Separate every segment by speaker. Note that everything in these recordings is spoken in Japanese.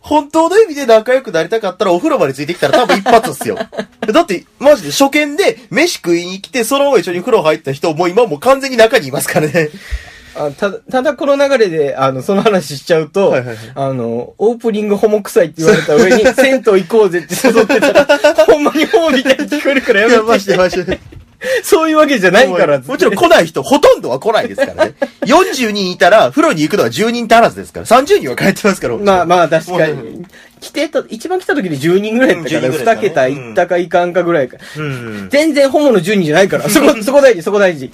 Speaker 1: 本当の意味で仲良くなりたかったらお風呂までついてきたら多分一発っ すよ。だって、マジで初見で飯食いに来て、そのまま一緒に風呂入った人、もう今もう完全に中にいますからね。
Speaker 2: あただ、ただこの流れで、あの、その話しちゃうと、
Speaker 1: はいはいはい
Speaker 2: あの、オープニングホモ臭いって言われた 上に、銭湯行こうぜって誘ってたら、ほんまにホモみたいに聞こえるから
Speaker 1: いや、
Speaker 2: やめ
Speaker 1: マ
Speaker 2: て。
Speaker 1: ジでマジ で。
Speaker 2: そういうわけじゃないから、
Speaker 1: もちろん来ない人、ほとんどは来ないですからね。40人いたら、風呂に行くのは10人足らずですから。30人は帰ってますから。
Speaker 2: まあまあ確か
Speaker 1: もう
Speaker 2: に。来てた、一番来た時に10人ぐらいだったか
Speaker 1: うん10人ぐ
Speaker 2: ら、
Speaker 1: らい
Speaker 2: 2
Speaker 1: だね
Speaker 2: 桁いったかいかんかぐらいか。
Speaker 1: うん。
Speaker 2: 全然ホモの10人じゃないから、そこ、そこ大事、そこ大事。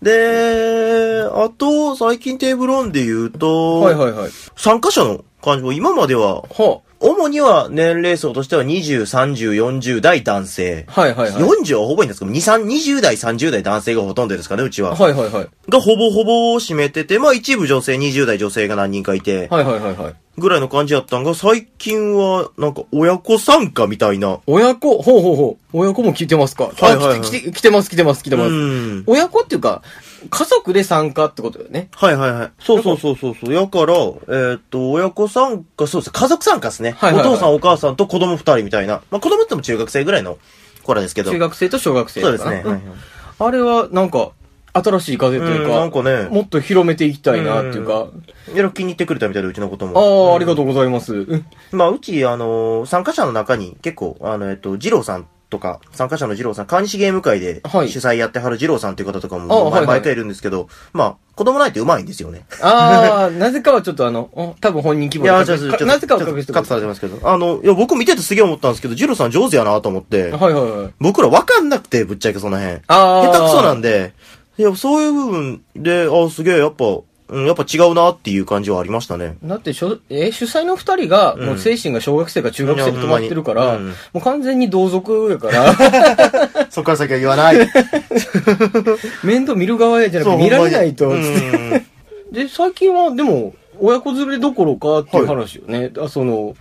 Speaker 1: で、あと、最近テーブルオンで言うと、
Speaker 2: はいはいはい。
Speaker 1: 参加者の感じも今までは、
Speaker 2: ほ
Speaker 1: 主には年齢層としては20、30、40代男性。
Speaker 2: う。はいはいはい。
Speaker 1: 40はほぼいないんですけど、2、3、20代、30代男性がほとんどですかね、うちは。
Speaker 2: はいはいはい。
Speaker 1: がほぼほぼ占めてて、まあ一部女性、20代女性が何人かいて、
Speaker 2: はいはいはいはい。
Speaker 1: ぐらいの感じやったんが、最近は、なんか親子参加みたいな。
Speaker 2: 親子、ほうほうほう。親子も聞いてますか。
Speaker 1: はいはいはい
Speaker 2: あ来て、来て、来てます来てます来て
Speaker 1: う
Speaker 2: ます。
Speaker 1: ん。
Speaker 2: 親子っていうか、家族で参加ってことだよね。
Speaker 1: はいはいはい。そうそうそうそうそう。やから、えーっと、親子参加、そうです。家族参加ですね。
Speaker 2: はいはいはい
Speaker 1: お父さんお母さんと子供二人みたいな。まあ子供っても中学生ぐらいの子らですけど。
Speaker 2: 中学生と小学生
Speaker 1: そう
Speaker 2: と
Speaker 1: で
Speaker 2: か
Speaker 1: す
Speaker 2: な
Speaker 1: ね。
Speaker 2: ん
Speaker 1: はいはい
Speaker 2: あれはなんか、新しい風とい
Speaker 1: う
Speaker 2: う
Speaker 1: んなんかね
Speaker 2: もっと広めていきたいなっていうか、
Speaker 1: いろいろ気に入ってくれたみたいで、うちのこと
Speaker 2: ああ、
Speaker 1: も。
Speaker 2: ありがとうございます。うん
Speaker 1: まあ、うち、あのー参加者の中に結構、あの、えっと、二郎さんとか、参加者の二郎さん、川西ゲーム会で主
Speaker 2: はい
Speaker 1: 催やってはる二郎さんっていう方とか
Speaker 2: あはい
Speaker 1: も、
Speaker 2: はい
Speaker 1: 毎毎回いるんですけど、まあ、子供ないってうまいんですよね。
Speaker 2: ああ、なぜかはちょっとあの、お多分本人規
Speaker 1: い
Speaker 2: 模で
Speaker 1: や、
Speaker 2: 隠
Speaker 1: ちょっ
Speaker 2: し
Speaker 1: と、
Speaker 2: か
Speaker 1: ちょ
Speaker 2: なぜかは
Speaker 1: ちょ
Speaker 2: 隠して
Speaker 1: カット
Speaker 2: く
Speaker 1: されてますけど、あの、いや、僕見ててすげえ思ったんですけど、二郎さん上手やなと思って、
Speaker 2: はいはいはい。
Speaker 1: 僕らわかんなくて、ぶっちゃけその辺。
Speaker 2: あ
Speaker 1: 下
Speaker 2: あ。
Speaker 1: 手くそなんで、いや、そういう部分で、あ、すげえ、やっぱ、うん、やっぱ違うなっていう感じはありましたね。
Speaker 2: だってしょ、えー主催の二人が、
Speaker 1: うん
Speaker 2: もう精神が小学生か中学生で止まってるか
Speaker 1: いや
Speaker 2: ら、
Speaker 1: ほんまにうん
Speaker 2: もう完全に同族や から、
Speaker 1: そっから先は言わ ない。
Speaker 2: 面倒見る側じゃなくて見られないと、
Speaker 1: う
Speaker 2: つって
Speaker 1: ん
Speaker 2: で、最近はでも、親子連れどころかっていう話よね。あその、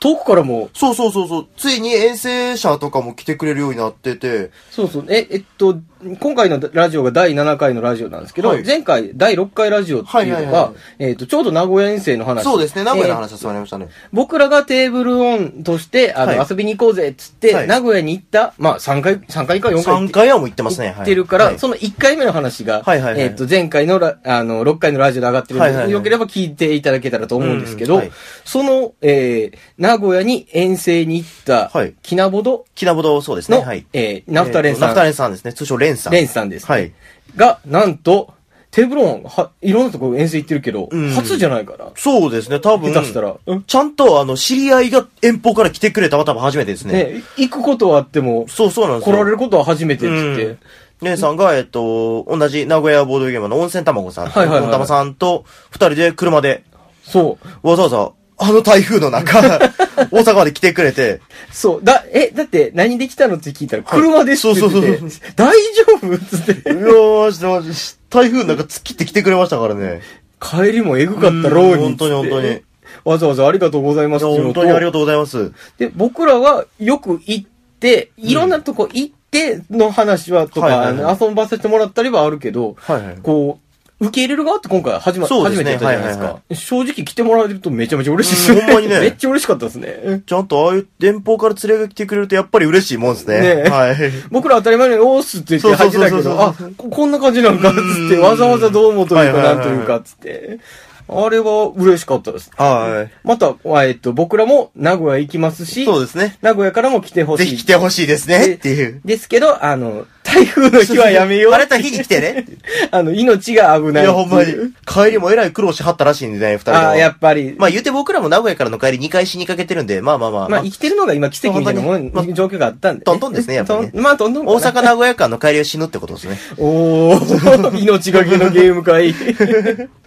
Speaker 2: 遠くからも、
Speaker 1: そうそうそうそう。ついに遠征者とかも来てくれるようになってて。
Speaker 2: そうそう、え、えっと、今回のラジオが第7回のラジオなんですけど、
Speaker 1: はい
Speaker 2: 前回第6回ラジオっていうのが、
Speaker 1: はいはいはいはい
Speaker 2: えっと、ちょうど名古屋遠征の話。
Speaker 1: そうですね。名古屋の
Speaker 2: えー
Speaker 1: 話はそうなりましたね。
Speaker 2: 僕らがテーブルオンとして、あの、
Speaker 1: はい
Speaker 2: 遊びに行こうぜっつって、
Speaker 1: はい
Speaker 2: 名古屋に行った、まあ3回、三回か4回行っ
Speaker 1: 3
Speaker 2: て
Speaker 1: 回はもう行ってますね。
Speaker 2: 行ってるから、
Speaker 1: はい
Speaker 2: その1回目の話が、
Speaker 1: はいはいはい
Speaker 2: えっ、と、前回のラ、あの、6回のラジオで上がってるんで、
Speaker 1: はいはいはい
Speaker 2: よければ聞いていただけたらと思うんですけど、
Speaker 1: うんはい
Speaker 2: その、えー、名古屋に遠征に行った、
Speaker 1: はい
Speaker 2: きなぼど
Speaker 1: きなぼどそうですね。
Speaker 2: の、
Speaker 1: はい。
Speaker 2: えー、ナフタレン
Speaker 1: え
Speaker 2: さ
Speaker 1: ーとナフ
Speaker 2: ん、
Speaker 1: タレンさんですね。通称レンさん。
Speaker 2: レンさんです、ね
Speaker 1: はい。
Speaker 2: が、なんと、テーブルオン、は、いろんなところ遠征行ってるけど、
Speaker 1: うん
Speaker 2: 初じゃないから、
Speaker 1: そうですね。多分。
Speaker 2: 下手したら。うん
Speaker 1: ちゃんと、あの、知り合いが遠方から来てくれたは多分初めてですね。
Speaker 2: ね、行くことはあっても、
Speaker 1: そうそうなんです
Speaker 2: 来
Speaker 1: よ。
Speaker 2: られることは初めてっつって、
Speaker 1: うんレンさんが、えっと、同じ名古屋ボードゲームの温泉卵さん。
Speaker 2: はいはいはい
Speaker 1: 温玉さんと、二人で車で、
Speaker 2: そう、
Speaker 1: わざわざ、あの台風の 中、大阪まで来てくれて、
Speaker 2: そう、だ、え、だって何で来たのって聞いたら、車ですって言ってて、
Speaker 1: はいそうそう
Speaker 2: 大丈夫っつって。
Speaker 1: うわー、してまし台風なんか突っ切ってきてくれましたからね。
Speaker 2: 帰りもエグかったろうに。
Speaker 1: うん本当に本当に。
Speaker 2: わざわざありがとうございますっていうの
Speaker 1: 本
Speaker 2: と
Speaker 1: 当にありがとうございます。
Speaker 2: で、僕らはよく行って、いろんなとこ行っての話はと
Speaker 1: はい
Speaker 2: か、
Speaker 1: は
Speaker 2: あ
Speaker 1: いはい
Speaker 2: の遊ばせてもらったりはあるけど、
Speaker 1: はいはい
Speaker 2: こう、受け入れる側って今回初,、ま
Speaker 1: そうで
Speaker 2: 初
Speaker 1: す
Speaker 2: めて
Speaker 1: ね
Speaker 2: やったじゃないですか、
Speaker 1: はいはい
Speaker 2: 正直来てもらえるとめちゃめちゃ嬉しいですね。
Speaker 1: うんほんまにね
Speaker 2: めっちゃ嬉しかったですね。
Speaker 1: ちゃんとああいう電報から連れが来てくれるとやっぱり嬉しいもんですね。
Speaker 2: ねえ
Speaker 1: はい。
Speaker 2: 僕ら当たり前のように、おーっすって言って入ってた
Speaker 1: そ
Speaker 2: け
Speaker 1: うそう
Speaker 2: ど、
Speaker 1: そ
Speaker 2: あ
Speaker 1: うそう、
Speaker 2: ここんな感じなんか、つって、
Speaker 1: うん
Speaker 2: わざわざどうもというか、
Speaker 1: はいはいはい
Speaker 2: な
Speaker 1: は
Speaker 2: ん
Speaker 1: い
Speaker 2: というか、つって。あれは嬉しかったです。
Speaker 1: は
Speaker 2: また、えっと、僕らも名古屋行きます
Speaker 1: い。
Speaker 2: し、
Speaker 1: そうですね。
Speaker 2: 名古屋からも来てほ
Speaker 1: ぜ
Speaker 2: しい。
Speaker 1: ひ来てほしいですね。っていう。
Speaker 2: ですけど、あの、台風の日はやめよう。
Speaker 1: 晴れた日に来てね。
Speaker 2: あの、命が危
Speaker 1: い
Speaker 2: ない。
Speaker 1: や、ほんまに。帰りもえらい苦労しはったらしいんでね、二人
Speaker 2: ああ、や
Speaker 1: は。
Speaker 2: っぱり。
Speaker 1: まあ言うて僕らも名古屋からの帰り2回死にかけてるんで、まあまあまあ。
Speaker 2: まあ、生きてるのが今奇跡みたいなもん、
Speaker 1: まあ
Speaker 2: 状況があったんで、
Speaker 1: トントンですねやっぱね
Speaker 2: トンまあ、トントンかな
Speaker 1: 大阪名古屋間の帰りは死ぬってことです ね。
Speaker 2: おー、命がけのゲー ム会。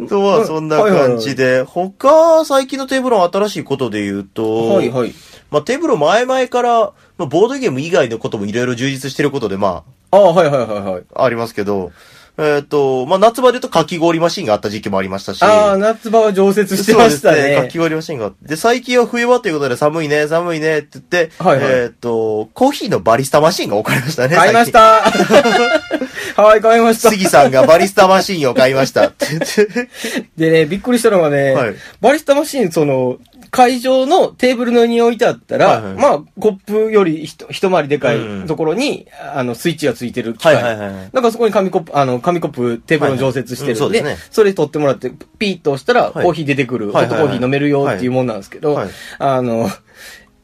Speaker 1: とは、そんな感じで。他、最近のテーブルの新しいことで言うと、
Speaker 2: はいはい。
Speaker 1: まあ、テーブル前々から、まあ、ボードゲーム以外のこともいろいろ充実してることで、ま
Speaker 2: ああ、はいはいはいはい。
Speaker 1: あ、ありますけど、えっ、と、まあ、夏場で言うとかき氷マシンがあった時期もありましたし、
Speaker 2: ああ、夏場は常設してました
Speaker 1: そうですか
Speaker 2: ね。
Speaker 1: き氷マシンがあって、で、最近は冬場ということで寒いね、寒いねって言って、
Speaker 2: はいはい
Speaker 1: えっ、と、コーヒーのバリスタマシンが置かれましたね。。
Speaker 2: 買いましたた。 はい、買いました。
Speaker 1: 杉さんがバリスタマシンを買いましたって言って。
Speaker 2: でね、びっくりしたのがね、
Speaker 1: はい
Speaker 2: バリスタマシン、その、会場のテーブルの上に置いてあったら、
Speaker 1: はいはい
Speaker 2: まあ、コップよりひと一回りでか
Speaker 1: うん
Speaker 2: いところに、あの、スイッチがついてる機械。
Speaker 1: はいはいはいはい
Speaker 2: なんかそこに紙コップ、あの、紙コップテーブルの常設してるんで、
Speaker 1: はいはいうんそうですね
Speaker 2: それ取ってもらって、ピーッと押したら、
Speaker 1: はい
Speaker 2: コーヒー出てくる、
Speaker 1: はいはい
Speaker 2: ホッ
Speaker 1: はい
Speaker 2: トコーヒー飲めるよっていうもんなんですけど、
Speaker 1: はいはい
Speaker 2: あの、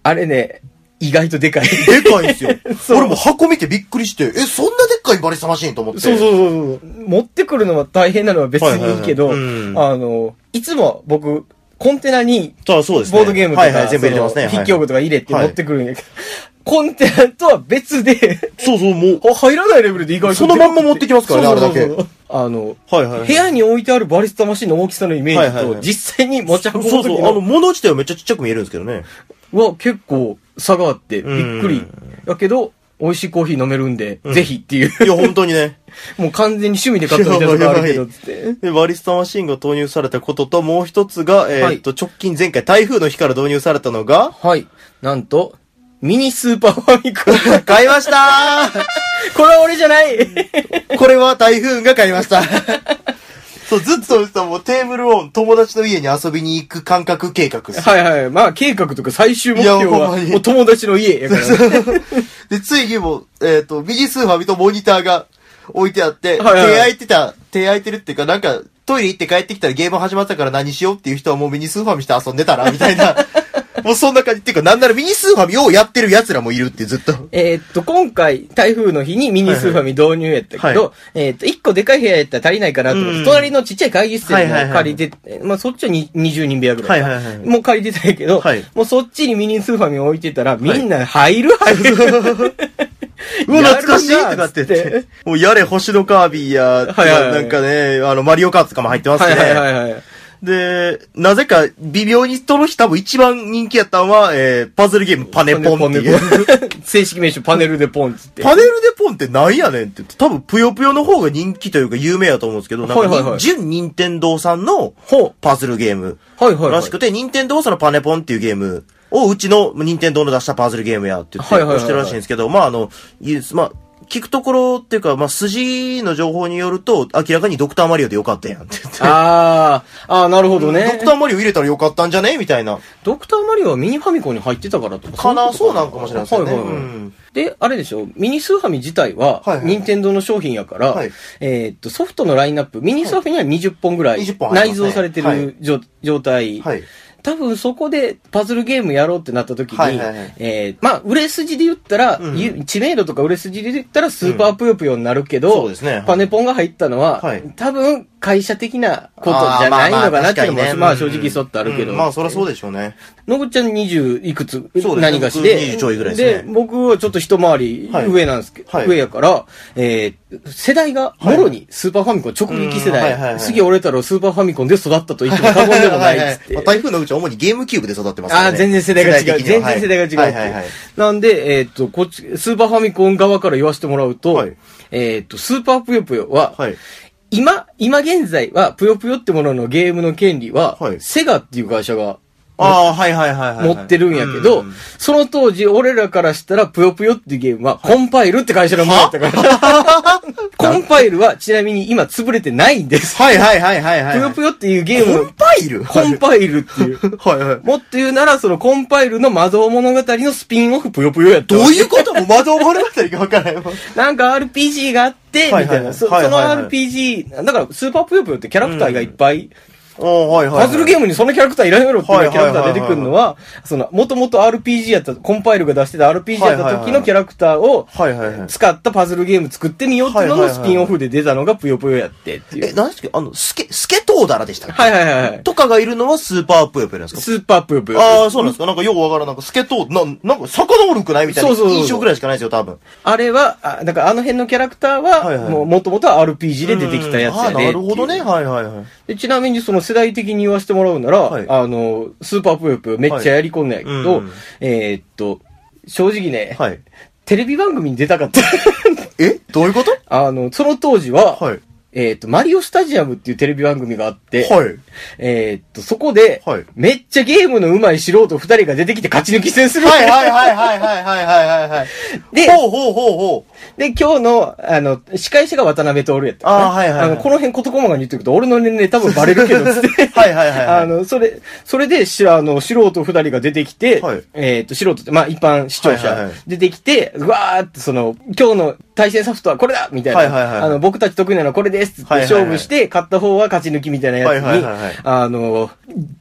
Speaker 2: あれね、意外とでかい。
Speaker 1: でかいんですよ
Speaker 2: そう。
Speaker 1: 俺も箱見てびっくりして、え、そんなでっかいバリスタマシンと思って。
Speaker 2: そうそうそうそう。持ってくるのは大変なのは別にいいけど、
Speaker 1: はいはいはいうん
Speaker 2: あの、いつもは僕、コンテナに
Speaker 1: そう。そうですね。
Speaker 2: ボードゲームと
Speaker 1: は
Speaker 2: か、
Speaker 1: いはい、全部入れてますね。
Speaker 2: その筆記用具とか入れて
Speaker 1: はい
Speaker 2: 持ってくるんやけど、 コンテナとは別で、
Speaker 1: そうそう、もう。
Speaker 2: あ入らないレベルで意外と。
Speaker 1: そのまんま持ってきますからね
Speaker 2: そうそうそ
Speaker 1: あ
Speaker 2: う
Speaker 1: れだけ。
Speaker 2: あの、
Speaker 1: はいはいはい。
Speaker 2: 部屋に置いてあるバリスタマシンの大きさのイメージと、
Speaker 1: はいはいはい
Speaker 2: 実際に持ち運ぶ時
Speaker 1: そ
Speaker 2: の
Speaker 1: うそう、あの、物自体はめっちゃちっちゃく見えるんですけど ね。
Speaker 2: は結構差があって、びっく
Speaker 1: う
Speaker 2: り
Speaker 1: ん。
Speaker 2: だけど、美味しいコーヒー飲めるんで、
Speaker 1: ん
Speaker 2: ぜひっていう。
Speaker 1: いや、本当にね。
Speaker 2: もう完全に趣味で買ったみ たいなのがあるけど、つって。
Speaker 1: で、バリスタマシンが投入されたことと、もう一つが、えーっと、直近前回台風の日から導入されたのが、
Speaker 2: はい。なんと、ミニスーパーファミコン。
Speaker 1: 買いました
Speaker 2: これは俺じゃない
Speaker 1: ー これは台風が買いました。 そう、ずっと言ってたもうテーブルオン、友達の家に遊びに行く感覚計画っす
Speaker 2: はいはい。まあ、計画とか最終目標
Speaker 1: いやほん
Speaker 2: は、
Speaker 1: まに
Speaker 2: もう友達の家やから、 ね。
Speaker 1: で、ついにも、えっ、と、ミニスーファミとモニターが置いてあって、
Speaker 2: はいはい
Speaker 1: 手空いてた、手空いてるっていうか、なんか、トイレ行って帰ってきたらゲーム始まったから何しようっていう人はもうミニスーファミして遊んでたら、みたい な。もうそんな感じ。っていうか、なんならミニスーファミをやってる奴らもいるってずっと。
Speaker 2: えーっと、今回、台風の日にミニスーファミ導入やったけど、
Speaker 1: はい
Speaker 2: えーっと、1個でかい部屋やったら足りないかなと思って、
Speaker 1: うん
Speaker 2: 隣のちっちゃい会議室
Speaker 1: はいはいはい
Speaker 2: でも借りて、えーまあ、そっちはに20人部屋ぐらいかな。
Speaker 1: はいはいはい
Speaker 2: もう借りてたんやけど、
Speaker 1: はい
Speaker 2: もうそっちにミニスーファミ置いてたら、みんな入る入る。
Speaker 1: うわ、懐かしいって
Speaker 2: やるな
Speaker 1: な
Speaker 2: っ
Speaker 1: って
Speaker 2: つ
Speaker 1: って。もうやれ、星のカービィや、
Speaker 2: はいはいはい
Speaker 1: ななんかね、あの、マリオカートとかも入ってます
Speaker 2: は
Speaker 1: ね。
Speaker 2: いはいはいはい。
Speaker 1: で、なぜか、微妙にその日多分一番人気やったのは、えー、パズルゲームパネポンっていう。
Speaker 2: 正式名称パネルでポンっつって。
Speaker 1: パネルでポンってなんやねんって言って、多分ぷよぷよの方が人気というか有名やと思うんですけど、なんかに、
Speaker 2: はいはいはい
Speaker 1: 純任天堂さんの
Speaker 2: ほ
Speaker 1: パズルゲーム
Speaker 2: う。はいはい、はい。
Speaker 1: らしくて、任天堂さんのパネポンっていうゲームをうちの任天堂の出したパズルゲームやって言って、
Speaker 2: はいはいはいはい
Speaker 1: してるらしいんですけど、まああの、いまあ、聞くところっていうか、まあ、筋の情報によると、明らかにドクターマリオでよかったやんって言って。
Speaker 2: あー、あーなるほどね。
Speaker 1: ドクターマリオ入れたらよかったんじゃねみたいな。
Speaker 2: ドクターマリオはミニファミコンに入ってたからとか。
Speaker 1: かな、
Speaker 2: い
Speaker 1: そう
Speaker 2: こと
Speaker 1: なんかもしれないですよね。
Speaker 2: はいはいはい
Speaker 1: うん
Speaker 2: で、あれでしょ、ミニスーファミ自体は
Speaker 1: はい、はい
Speaker 2: 任天堂の商品やから、
Speaker 1: はい
Speaker 2: えーっと、ソフトのラインナップ、ミニスーファミには20本ぐらい
Speaker 1: 20本ありますね
Speaker 2: 内蔵されて
Speaker 1: は
Speaker 2: る
Speaker 1: い
Speaker 2: じょ状態。
Speaker 1: はい。
Speaker 2: 多分そこでパズルゲームやろうってなった時に、
Speaker 1: はいはいはい
Speaker 2: えーまあ、売れ筋で言ったら、
Speaker 1: うん
Speaker 2: ゆ知名度とか売れ筋で言ったらスーパーぷよぷよになるけ
Speaker 1: う
Speaker 2: ど、
Speaker 1: んそうですねはい
Speaker 2: パネポンが入ったのは、
Speaker 1: はい
Speaker 2: 多分会社的なことじゃないのかなっていうのも、まあ正直そってあるけど。
Speaker 1: うんまあ、そりゃそうでしょうね。
Speaker 2: のぐっちゃん20いくつ、
Speaker 1: そうですね
Speaker 2: 何がしで。
Speaker 1: 僕20ちょいぐらいですね
Speaker 2: 僕はちょっと一回り
Speaker 1: はい
Speaker 2: 上なんですけど、
Speaker 1: はい
Speaker 2: 上やから、えー、世代が、もろにスーパーファミコン直撃世代、
Speaker 1: うんはいはいはい
Speaker 2: 次俺たらスーパーファミコンで育ったと言っても過言でも ないっつって。
Speaker 1: まあ台風のうちは主にゲームキューブで育ってますから
Speaker 2: ああ、
Speaker 1: ね。
Speaker 2: 全然世代が違う。
Speaker 1: 的に
Speaker 2: 全
Speaker 1: は
Speaker 2: 然世代が違うっていう。
Speaker 1: はいはいはい。
Speaker 2: なんで、えーっ、と、こっち、スーパーファミコン側から言わせてもらうと、
Speaker 1: はい
Speaker 2: えーっ、と、スーパーぷよぷよは、
Speaker 1: はい。
Speaker 2: 今、今現在は、ぷよぷよってもののゲームの権利は、
Speaker 1: はい
Speaker 2: セガっていう会社が
Speaker 1: ああ、はいはいはいはい。
Speaker 2: 持ってるんやけど、
Speaker 1: う
Speaker 2: その当時、俺らからしたら、ぷよぷよっていうゲームは、コンパイルって会社のものだったから。 コンパイルは、ちなみに今潰れてないんです。
Speaker 1: はいはいはいはいはい。
Speaker 2: ぷよぷよっていうゲーム
Speaker 1: コ
Speaker 2: の
Speaker 1: ン、パイル
Speaker 2: コンパイルっていう。
Speaker 1: はいはい。
Speaker 2: もっと言うなら、そのコンパイルの魔導物語のスピンオフぷよぷよやった
Speaker 1: どう
Speaker 2: わ。
Speaker 1: いうことも窓を割れたりがわからない。
Speaker 2: なんか RPG があって、み
Speaker 1: は
Speaker 2: た
Speaker 1: いはい
Speaker 2: い
Speaker 1: は
Speaker 2: な。
Speaker 1: い
Speaker 2: そそ
Speaker 1: はい
Speaker 2: の
Speaker 1: はいはい
Speaker 2: RPG、だからスーパーぷよぷよってキャラクターがいっぱい
Speaker 1: おはいはい。
Speaker 2: パズルゲームにそのキャラクターいらんやろっていうキャラクター出てくるのは、その、もともと RPG やった、コンパイルが出してた RPG やった時のキャラクターを
Speaker 1: はいはいはい。
Speaker 2: 使ったパズルゲーム作ってみようっていうの
Speaker 1: はい
Speaker 2: の
Speaker 1: はいはい
Speaker 2: スピンオフで出たのがぷよぷよやってってい
Speaker 1: え、
Speaker 2: う。
Speaker 1: 何ですかあの、スケ、スケトーダラでしたっけ
Speaker 2: はいはいはいはい。
Speaker 1: とかがいるのはスーパープヨプヨなんですか
Speaker 2: スーパーぷよぷよ。
Speaker 1: ああ、そうなんですかなんかようわからん。なんかスケトー、なん、なんか魚おるくないみたいな
Speaker 2: そうそうそう
Speaker 1: 印象ぐらいしかないですよ、多分。
Speaker 2: あれは、あだからあの辺のキャラクター
Speaker 1: はいは
Speaker 2: は、
Speaker 1: い
Speaker 2: もともとは RPG で出てきたやつや
Speaker 1: うんあー
Speaker 2: で。
Speaker 1: なるほどね。。はいはいはい。
Speaker 2: でちなみにその世代的に言わせてもらうなら、
Speaker 1: はい
Speaker 2: あの、スーパーぷよぷよめっちゃやり込んだんやけど、
Speaker 1: はいうん
Speaker 2: えーっと、正直ね、
Speaker 1: はい。
Speaker 2: テレビ番組に出たかった。
Speaker 1: えどういうこと
Speaker 2: あの、その当時は、
Speaker 1: はい。
Speaker 2: えっ、と、マリオスタジアムっていうテレビ番組があって、
Speaker 1: はい。
Speaker 2: えっ、と、そこで、
Speaker 1: はい
Speaker 2: めっちゃゲームの上手い素人二人が出てきて勝ち抜き戦する。
Speaker 1: はいはいはいはいはいはいはいはい。
Speaker 2: で
Speaker 1: ほうほうほうほう。
Speaker 2: で、今日の、あの、司会者が渡辺徹やったからね
Speaker 1: あーはいはいはい
Speaker 2: あの、この辺ことこまかに言ってくと、俺の年齢多分バレるけど、つって。
Speaker 1: はいはいはいはい
Speaker 2: あの、それ、それで、しあの、素人二人が出てきて、
Speaker 1: はい
Speaker 2: えっ、と、素人って、まあ、一般視聴
Speaker 1: はいはい
Speaker 2: 者
Speaker 1: はい、
Speaker 2: 出てきて、うわーって、その、今日の対戦ソフトはこれだみたいな、
Speaker 1: はいはいはい
Speaker 2: あの、僕たち得意なのはこれですっつって、
Speaker 1: はいはいはい
Speaker 2: 勝負して、勝った方は勝ち抜きみたいなやつに、
Speaker 1: はいはいはいはい
Speaker 2: あの、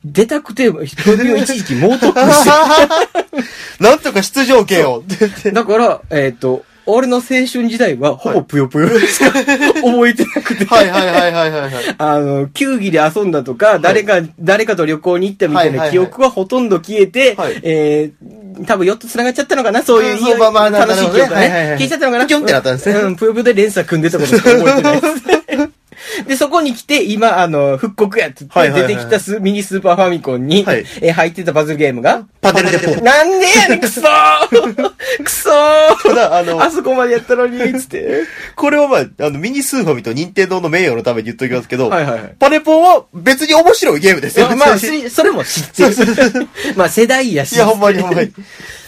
Speaker 2: 出たくて、人手を一時期猛特訓して
Speaker 1: なんとか出場権を。って言 って
Speaker 2: だから、えっ、と、俺の青春時代は、ほぼぷよぷよ しか覚えてなくて。
Speaker 1: はいはいはいはいはいはい。
Speaker 2: あの、球技で遊んだとか、誰か、誰かと旅行に行ったみたい
Speaker 1: はいはいは
Speaker 2: ない記憶はほとんど消えて、
Speaker 1: はい
Speaker 2: えー、多分4つ繋がっちゃったのかな、そういう、
Speaker 1: うんそうまあまあな
Speaker 2: 楽しい
Speaker 1: なる
Speaker 2: 記憶
Speaker 1: ほ
Speaker 2: が
Speaker 1: ど
Speaker 2: ね
Speaker 1: ねはいはいはい
Speaker 2: 消えちゃったのかな。
Speaker 1: ピョンってなったんですね
Speaker 2: うん、ぷよぷよで連鎖組んでたことしか覚えてな いです。で、そこに来て、今、あの、復刻やって
Speaker 1: は
Speaker 2: 言
Speaker 1: い
Speaker 2: っ
Speaker 1: はい
Speaker 2: て
Speaker 1: はい
Speaker 2: 出てきたスミニスーパーファミコンに、
Speaker 1: はい
Speaker 2: えー入ってたパズルゲームが、
Speaker 1: パデルデポー。
Speaker 2: なんでやねん、くそー くそ
Speaker 1: た
Speaker 2: ー
Speaker 1: だ、あの、
Speaker 2: あそこまでやったのに、つって。
Speaker 1: これはまあ、あの、ミニスーファミと任天堂の名誉のために言っときますけど、
Speaker 2: はいはいはい
Speaker 1: パネポンは別に面 白いゲームですよ。
Speaker 2: まあ、
Speaker 1: 別に
Speaker 2: しそれも知ってる
Speaker 1: そうそうそ。
Speaker 2: まあ、世代やし。
Speaker 1: いや、ほんまにほんまに。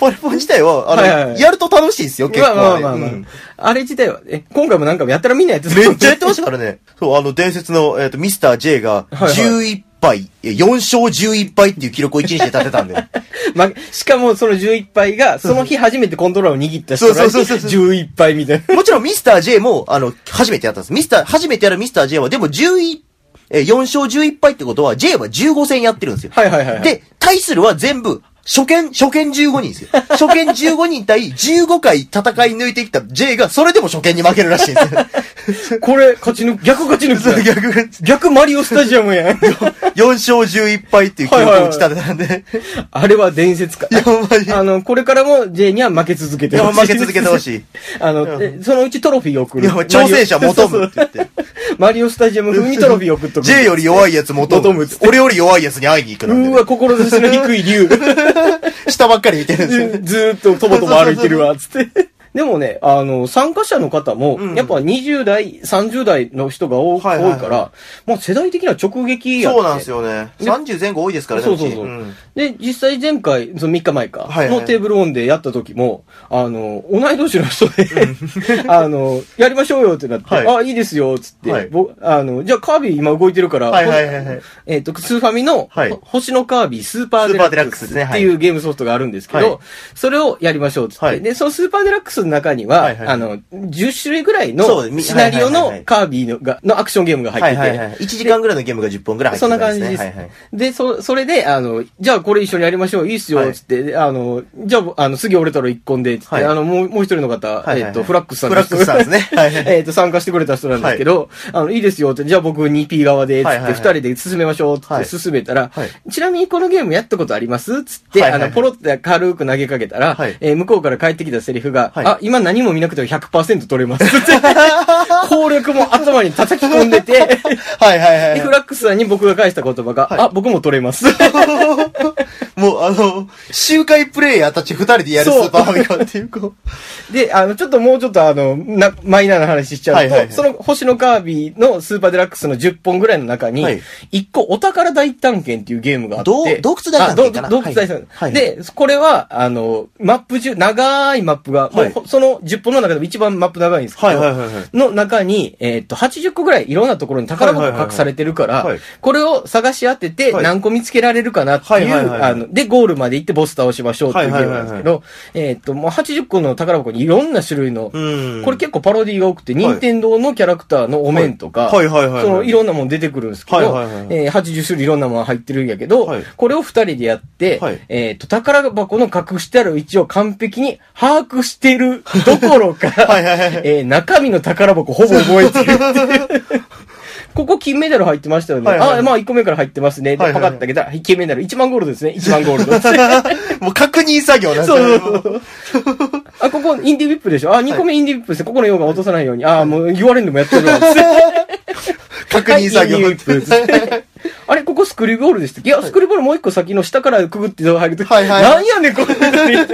Speaker 1: パネポン自体は、あの、
Speaker 2: はいはいはい
Speaker 1: やると楽しいですよ、結
Speaker 2: まあ
Speaker 1: 構
Speaker 2: ま
Speaker 1: あ
Speaker 2: あ
Speaker 1: れ。
Speaker 2: まあまあ
Speaker 1: うん。
Speaker 2: あれ自体は、え、今回もなんかやったらみんなやってた
Speaker 1: めっちゃやってましたからね。そう、あの、伝説の、えっ、と、ミスター J が、
Speaker 2: はいはい
Speaker 1: 11敗、え4勝11敗っていう記録を1日で立てた んで。
Speaker 2: まあ、しかもその11杯が、その日初めてコントローラーを握った人が
Speaker 1: そうそうそうそう
Speaker 2: 11杯みたいな。
Speaker 1: もちろんミスター J も、あの、初めてやったんです。ミスター、初めてやるミスター J は、でも11、えー、4勝11敗ってことは、J は15戦やってるんですよ。
Speaker 2: はいはいはいはい
Speaker 1: で、対するは全部、初見、初見15人ですよ。初見15人対15回戦い抜いてきた J が、それでも初見に負けるらしいんですよ。
Speaker 2: これ、勝ち抜き、逆勝ち抜
Speaker 1: その
Speaker 2: きだ。
Speaker 1: 逆が、
Speaker 2: 逆マリオスタジア ムや
Speaker 1: 4
Speaker 2: ん。
Speaker 1: 勝11敗っていう記録を打ち立てたんで。
Speaker 2: あれは伝説か。
Speaker 1: いや、ほんまに。
Speaker 2: あの、これからも J には負け続けてほしい。
Speaker 1: いや負け続けてほしい。
Speaker 2: あの、でそのうちトロフィー送
Speaker 1: い
Speaker 2: る
Speaker 1: や、。挑戦者求むって言 って。
Speaker 2: マリオスタジアム風にトロフィー送っとく。
Speaker 1: J より弱いやつ求
Speaker 2: 求む
Speaker 1: む
Speaker 2: っつっ。
Speaker 1: 俺より弱いやつに会いに行く
Speaker 2: う
Speaker 1: なん
Speaker 2: ー
Speaker 1: て
Speaker 2: わ、志の低い 竜。
Speaker 1: ね。下ばっかり見てるんですよ。
Speaker 2: ずーっととぼとぼ歩いてるわ、つって。でもね、あの、参加者の方も、
Speaker 1: ん
Speaker 2: やっぱ20代、30代の人が多,、
Speaker 1: はいはいはい
Speaker 2: 多いから、もう世代的な直撃やっ て
Speaker 1: そうなんですよね。30前後多いですからね、
Speaker 2: そうそうそう。
Speaker 1: うちん
Speaker 2: で、実際前回、その3日前か、
Speaker 1: はいはい
Speaker 2: のテーブルオンでやった時も、あの、同い年の人で、 あの、やりましょうよってなって、
Speaker 1: はい
Speaker 2: あ、いいですよ、つって、
Speaker 1: はい
Speaker 2: 僕あの、じゃあカービィ今動いてるから、
Speaker 1: はいはいはいはい
Speaker 2: えっ、と、スーファミの、
Speaker 1: はい
Speaker 2: ほ星のカービィスーパーデ
Speaker 1: スーパ
Speaker 2: ラ
Speaker 1: ーデラ
Speaker 2: ッ
Speaker 1: ッ
Speaker 2: ク
Speaker 1: ク
Speaker 2: ス
Speaker 1: スで
Speaker 2: っ
Speaker 1: すね
Speaker 2: ていうゲームソフトがあるんですけど、
Speaker 1: はい
Speaker 2: それをやりましょう、つって、
Speaker 1: はい
Speaker 2: で、そのスーパーデラックスの中には、
Speaker 1: はいはい
Speaker 2: あの、10種類ぐらい
Speaker 1: そうで
Speaker 2: の
Speaker 1: す
Speaker 2: シナリオ
Speaker 1: はいはいはいは
Speaker 2: の
Speaker 1: い
Speaker 2: カービィのが、のアクションゲームが入って
Speaker 1: は
Speaker 2: て、
Speaker 1: いはいはい。1時間ぐらいのゲームが10本ぐらい入
Speaker 2: そん
Speaker 1: っ
Speaker 2: な
Speaker 1: てた
Speaker 2: 感じです。
Speaker 1: ねはいはい
Speaker 2: で、そ、それで、あの、じゃあこれ一緒にやりましょう、いいっす
Speaker 1: は
Speaker 2: よ、
Speaker 1: い
Speaker 2: つって、であの、じゃあ、あの、次俺たら一個んで、つって、
Speaker 1: はい
Speaker 2: あの、もう、もう一人の方、
Speaker 1: はいはいはい
Speaker 2: えっと、フラックスさん
Speaker 1: フラックスさんですねはいはい
Speaker 2: えっと、参加してくれた人なんですけど、あの、いいですよ、って、じゃあ僕 2P 側で、つっ
Speaker 1: は
Speaker 2: て、
Speaker 1: いはいはい
Speaker 2: 二人で進めましょう、つっ
Speaker 1: は
Speaker 2: て
Speaker 1: い
Speaker 2: 進めたら
Speaker 1: はい、
Speaker 2: ちなみにこのゲームやったことありますつって、
Speaker 1: はい
Speaker 2: あ
Speaker 1: はいはい
Speaker 2: の、ポロって軽く投げかけたら
Speaker 1: はい、
Speaker 2: えー向こうから帰ってきたセリフが、
Speaker 1: はい
Speaker 2: あ、今何も見なくても100%取れます。つって 攻略も頭に叩き込んでて、
Speaker 1: はいはいは
Speaker 2: で、
Speaker 1: い
Speaker 2: フ
Speaker 1: はい。
Speaker 2: ラックスさんに僕が返した言葉が、
Speaker 1: はい
Speaker 2: あ、僕も取れます。
Speaker 1: もうあの、周回プレイヤーたち2人でやるス
Speaker 2: そう
Speaker 1: ーパーファミコンっていうこう。
Speaker 2: で、あの、ちょっともうちょっとあの、な、マイナーな話しちゃうと、
Speaker 1: はいはいはい
Speaker 2: その星のカービィのスーパーデラックスの10本ぐらいの中に、
Speaker 1: はい
Speaker 2: 1個お宝大探検っていうゲームがあって、
Speaker 1: どう洞窟大探検かな
Speaker 2: あどう洞窟大探検、
Speaker 1: はいはい
Speaker 2: で、これは、あの、マップ中、長いマップが、もう
Speaker 1: はい
Speaker 2: ほその10本の中でも一番マップ長いんですけど、
Speaker 1: はいはいはいはい
Speaker 2: の中に、えーっと、80個ぐらいいろんなところに宝箱が隠されてるから、
Speaker 1: はいはいはいはい
Speaker 2: これを探し当てて
Speaker 1: はい
Speaker 2: 何個見つけられるかなっていう、
Speaker 1: はいはいはいはい
Speaker 2: あの、で、ゴールまで行ってボス倒しましょうっていうゲームなんですけど、えーっと、もう80個の宝箱にいろんな種類の、
Speaker 1: うん
Speaker 2: これ結構パロディが多くて、
Speaker 1: い
Speaker 2: 任天堂のキャラクターのお面とか、
Speaker 1: はいはいはいはいはい
Speaker 2: そのいろんなもん出てくるんですけど、
Speaker 1: はいはいはいはい
Speaker 2: えー80種類いろんなもん入ってるんやけど、
Speaker 1: はい
Speaker 2: これを二人でやって、
Speaker 1: はい
Speaker 2: えーっと、宝箱の隠してある位置を完璧に把握してるどころか、
Speaker 1: はいはいはい
Speaker 2: えー中身の宝箱ほぼ覚えてるっていう ここ金メダル入ってましたよね。
Speaker 1: はいはいはい
Speaker 2: あ、まあ1個目から入ってますね。で、
Speaker 1: はいはい
Speaker 2: パ
Speaker 1: は
Speaker 2: カ
Speaker 1: い
Speaker 2: ッと開けたら、はい金メダル1万ゴールドですね。1万ゴールド。
Speaker 1: もう確認作業なんです
Speaker 2: そう
Speaker 1: よ
Speaker 2: そうそう。あ、ここインディビップでしょあ、2個目インディビップですね。ここの用が落とさな いように。あ、もう言われんでもやってるわ。
Speaker 1: 確認作
Speaker 2: はいインディ
Speaker 1: 業。
Speaker 2: ビップですあれ、ここスクリューボールでしたっけいや、スクリューボールもう一個先の下からくぐって入るとき、
Speaker 1: はいはい
Speaker 2: なんやねん、これ。
Speaker 1: 何やね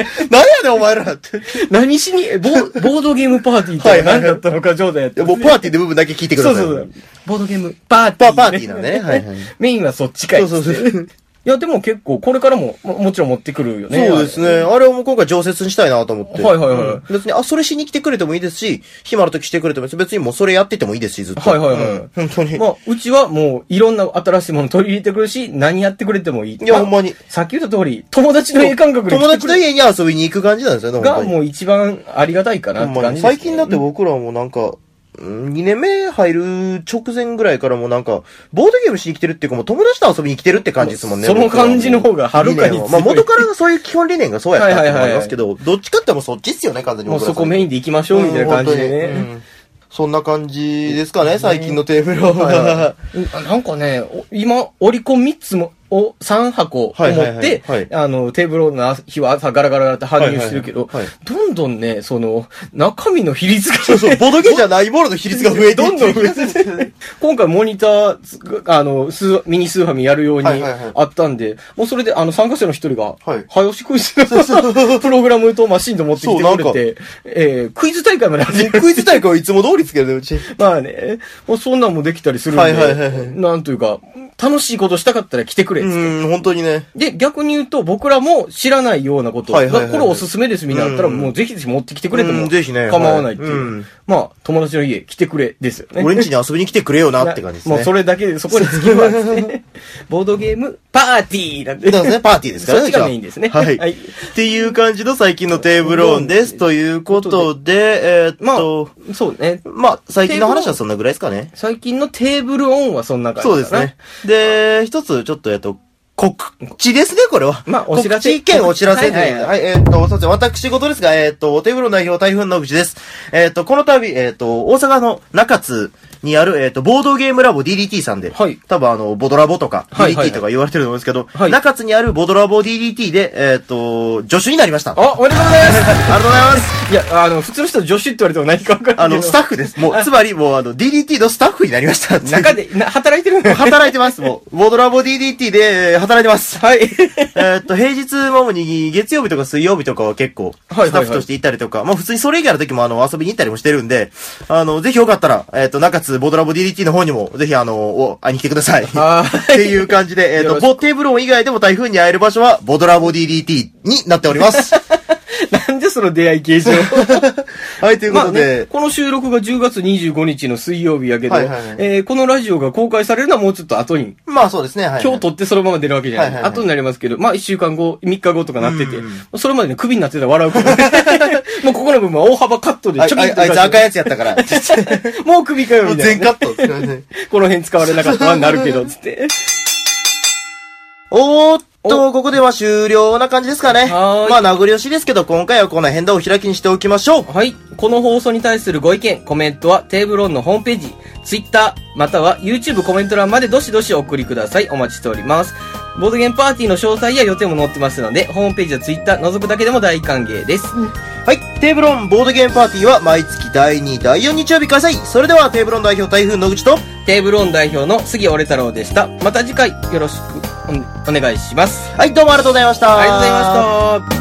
Speaker 1: んお前らって。
Speaker 2: 何しに、えボーボードゲームパーティーと
Speaker 1: はいは
Speaker 2: は
Speaker 1: いはい
Speaker 2: 何だったのか冗談やって。
Speaker 1: もうパーティーの部分だけ聞いてくだ
Speaker 2: そ
Speaker 1: さ
Speaker 2: う
Speaker 1: い。
Speaker 2: そうそう。ボードゲームパーティ
Speaker 1: パ
Speaker 2: ー。
Speaker 1: パーティーなね。はいはい。
Speaker 2: メインはそっちかいっつって。
Speaker 1: そうそうそう
Speaker 2: いや、でも結構、これからも、ももちろん持ってくるよね。
Speaker 1: そうですね。あれをもう今回常設にしたいなと思って。
Speaker 2: はいはいはい
Speaker 1: うん別に、あ、それしに来てくれてもいいですし、暇の時してくれてもいいです別にもうそれやっててもいいですし、ずっと。
Speaker 2: はいはいはい
Speaker 1: うん本当に。
Speaker 2: まあ、うちはもう、いろんな新しいもの取り入れてくるし、何やってくれてもいい。
Speaker 1: いや
Speaker 2: まあ
Speaker 1: ほんまに
Speaker 2: さっき言った通り、友達の家感覚で
Speaker 1: 友
Speaker 2: 来て
Speaker 1: 達
Speaker 2: くれ
Speaker 1: の家に遊びに行く感じなんですよね、
Speaker 2: が
Speaker 1: 本当に
Speaker 2: もう一番ありがたいかなって
Speaker 1: ほんま
Speaker 2: 感
Speaker 1: に
Speaker 2: じですね。
Speaker 1: 最近だって僕らもなんか、2年目入る直前ぐらいからもうなんか、ボードゲームしに来てるっていうかもう友達と遊びに来てるって感じですもんね。
Speaker 2: その
Speaker 1: 僕らも
Speaker 2: 感じの方がはるか
Speaker 1: 理
Speaker 2: に強い
Speaker 1: 念はまあ元からのそういう基本理念がそうやったっていうのもありますけど、どっちかってもうそっちっすよね、完全に
Speaker 2: もう
Speaker 1: 僕ら
Speaker 2: そこメインで行きましょうみたいな感じで
Speaker 1: うん本当にう
Speaker 2: ね。
Speaker 1: んそんな感じですかね、最近のテーブル
Speaker 2: はい
Speaker 1: は。
Speaker 2: あなんかね、お今、オリコン3つも、を3箱を持
Speaker 1: はいはい
Speaker 2: っ
Speaker 1: はい
Speaker 2: て
Speaker 1: はい、
Speaker 2: あの、テーブルの日は朝ガラガラガラって搬入してるけど
Speaker 1: はいはいは、
Speaker 2: どんどんね、その、中身の比率がね、
Speaker 1: そうそう、ボードゲームじゃないものの比率が増えて
Speaker 2: どんどん増え
Speaker 1: てる。
Speaker 2: 今回モニターつく、あの、スーミニスーファミやるように
Speaker 1: はいはいはい
Speaker 2: あったんで、もうそれであの参加者の一人が、
Speaker 1: はい
Speaker 2: 早押しクイズの プログラムとマシンと持ってきて
Speaker 1: そう
Speaker 2: くれて、えー、クイズ大会まで始める。
Speaker 1: クイズ大会はいつも通りつけるね、うち。
Speaker 2: まあね、もうそんなんもできたりするんで、
Speaker 1: はいはいはいはい
Speaker 2: なんというか、楽しいことしたかったら来てくれっつって
Speaker 1: うん、本当にね。
Speaker 2: で、逆に言うと、僕らも知らないようなこと、
Speaker 1: はいはいはい
Speaker 2: まあこれおすすめですみたいなのあったら、
Speaker 1: うん
Speaker 2: もうぜひぜひ持ってきてくれて
Speaker 1: う
Speaker 2: も、
Speaker 1: んぜひね
Speaker 2: 構わないっていう。
Speaker 1: はいうん
Speaker 2: まあ、友達の家来てくれですよね。
Speaker 1: 俺んちに遊びに来てくれよなって感じですね。
Speaker 2: もうそれだけで、そこにつきますね。 ボードゲーム、パーティーなん
Speaker 1: そう
Speaker 2: て。
Speaker 1: ですね、パーティーですからね。
Speaker 2: そっちがメインですね
Speaker 1: じゃあはい。
Speaker 2: はい
Speaker 1: っていう感じの最近のテーブルオンです。ということで、えーっ
Speaker 2: ま
Speaker 1: と、
Speaker 2: あ、そうね。
Speaker 1: まあ、最近の話はそんなぐらいですかね。
Speaker 2: 最近のテーブルオンはそんな感じ
Speaker 1: そ
Speaker 2: か
Speaker 1: う
Speaker 2: な。
Speaker 1: ですね。。で、一つちょっと、えっと、告知ですね、これは。
Speaker 2: まあお知らせ
Speaker 1: 告知兼お知らせで。は
Speaker 2: はいいはいは
Speaker 1: えーっと、そうですね私事ですが、えーっと、おテーブルの代表、台風の口です。えーっと、この度、えーっと、大阪の中津にある、えーっと、ボードゲームラボ DDT さんで、
Speaker 2: はい
Speaker 1: 多分あの、ボドラボとか、
Speaker 2: はいはいはい
Speaker 1: DDT とか言われてると思うんですけど、
Speaker 2: はい
Speaker 1: 中津にあるボドラボ DDT で、えーっと、助手になりました。
Speaker 2: あ、おめでとうござい
Speaker 1: ありがとうございます。
Speaker 2: ます。いや、あの、普通の人、助手って言われても何か分から
Speaker 1: あ
Speaker 2: ない
Speaker 1: の、
Speaker 2: け
Speaker 1: ス
Speaker 2: ど。
Speaker 1: タッフです。もう、つまり、もう、あの、DDT のスタッフになりました。
Speaker 2: 中で、な働いてるんだ。
Speaker 1: 働いてます、もう。ボードラボ DDT でえー働いてます。
Speaker 2: はい。
Speaker 1: えーっと、平日は主に月曜日とか水曜日とかは結構、
Speaker 2: はいはいはい
Speaker 1: スタッフとして行ったりとか、まあ普通にそれ以外の時もあの、遊びに行ったりもしてるんで、あの、ぜひよかったら、えーっと、中津ボードラボ DDT の方にも、ぜひあの、お会いに来てください。
Speaker 2: は
Speaker 1: っ
Speaker 2: ーい
Speaker 1: ていう感じで、えーっ
Speaker 2: よ
Speaker 1: と、
Speaker 2: ろしく
Speaker 1: ボテーブロン以外でも台風に会える場所は、ボードラボ DDT になっており ます。
Speaker 2: なんでその出会い形状。
Speaker 1: はい、というこ
Speaker 2: まあ
Speaker 1: と
Speaker 2: ね
Speaker 1: で、、
Speaker 2: この収録が10月25日の水曜日やけど、
Speaker 1: はいはいはい
Speaker 2: えーこのラジオが公開されるのはもうちょっと後に
Speaker 1: まあそうですね、はい、はい。
Speaker 2: 今日撮ってそのまま出るわけじゃない。
Speaker 1: はいはいはい
Speaker 2: 後になりますけど、まあ一週間後、三日後とかなってて
Speaker 1: うんうん、
Speaker 2: それまでね、クビになってたら笑 うから、もうここの部分は大幅カットで
Speaker 1: あ
Speaker 2: ちょびっと
Speaker 1: ああいつ赤いやつやった から。
Speaker 2: もうクビかよ、
Speaker 1: もう
Speaker 2: みたい
Speaker 1: 全
Speaker 2: な。
Speaker 1: カットですね。
Speaker 2: この辺使われなかったわ、なるけど、つ って。
Speaker 1: おーっと、ここでは終了な感じですかね。
Speaker 2: はーい
Speaker 1: まあ、名残惜しいですけど、今回はこの辺でお開きにしておきましょう。
Speaker 2: はい。この放送に対するご意見、コメントはテーブルオンのホームページ、ツイッター、または YouTube コメント欄までどしどしお送りください。お待ちしております。ボードゲームパーティーの詳細や予定も載ってますので、ホームページやツイッター覗くだけでも大歓迎です。
Speaker 1: はい。テーブロンボードゲームパーティーは毎月第2、第4日曜日開催。それでは、テーブロン代表台風野口と、
Speaker 2: テーブルオン代表の杉折太郎でした。また次回よろしくおお願いします。
Speaker 1: はい、どうもありがとうございました。
Speaker 2: ありがとうございました。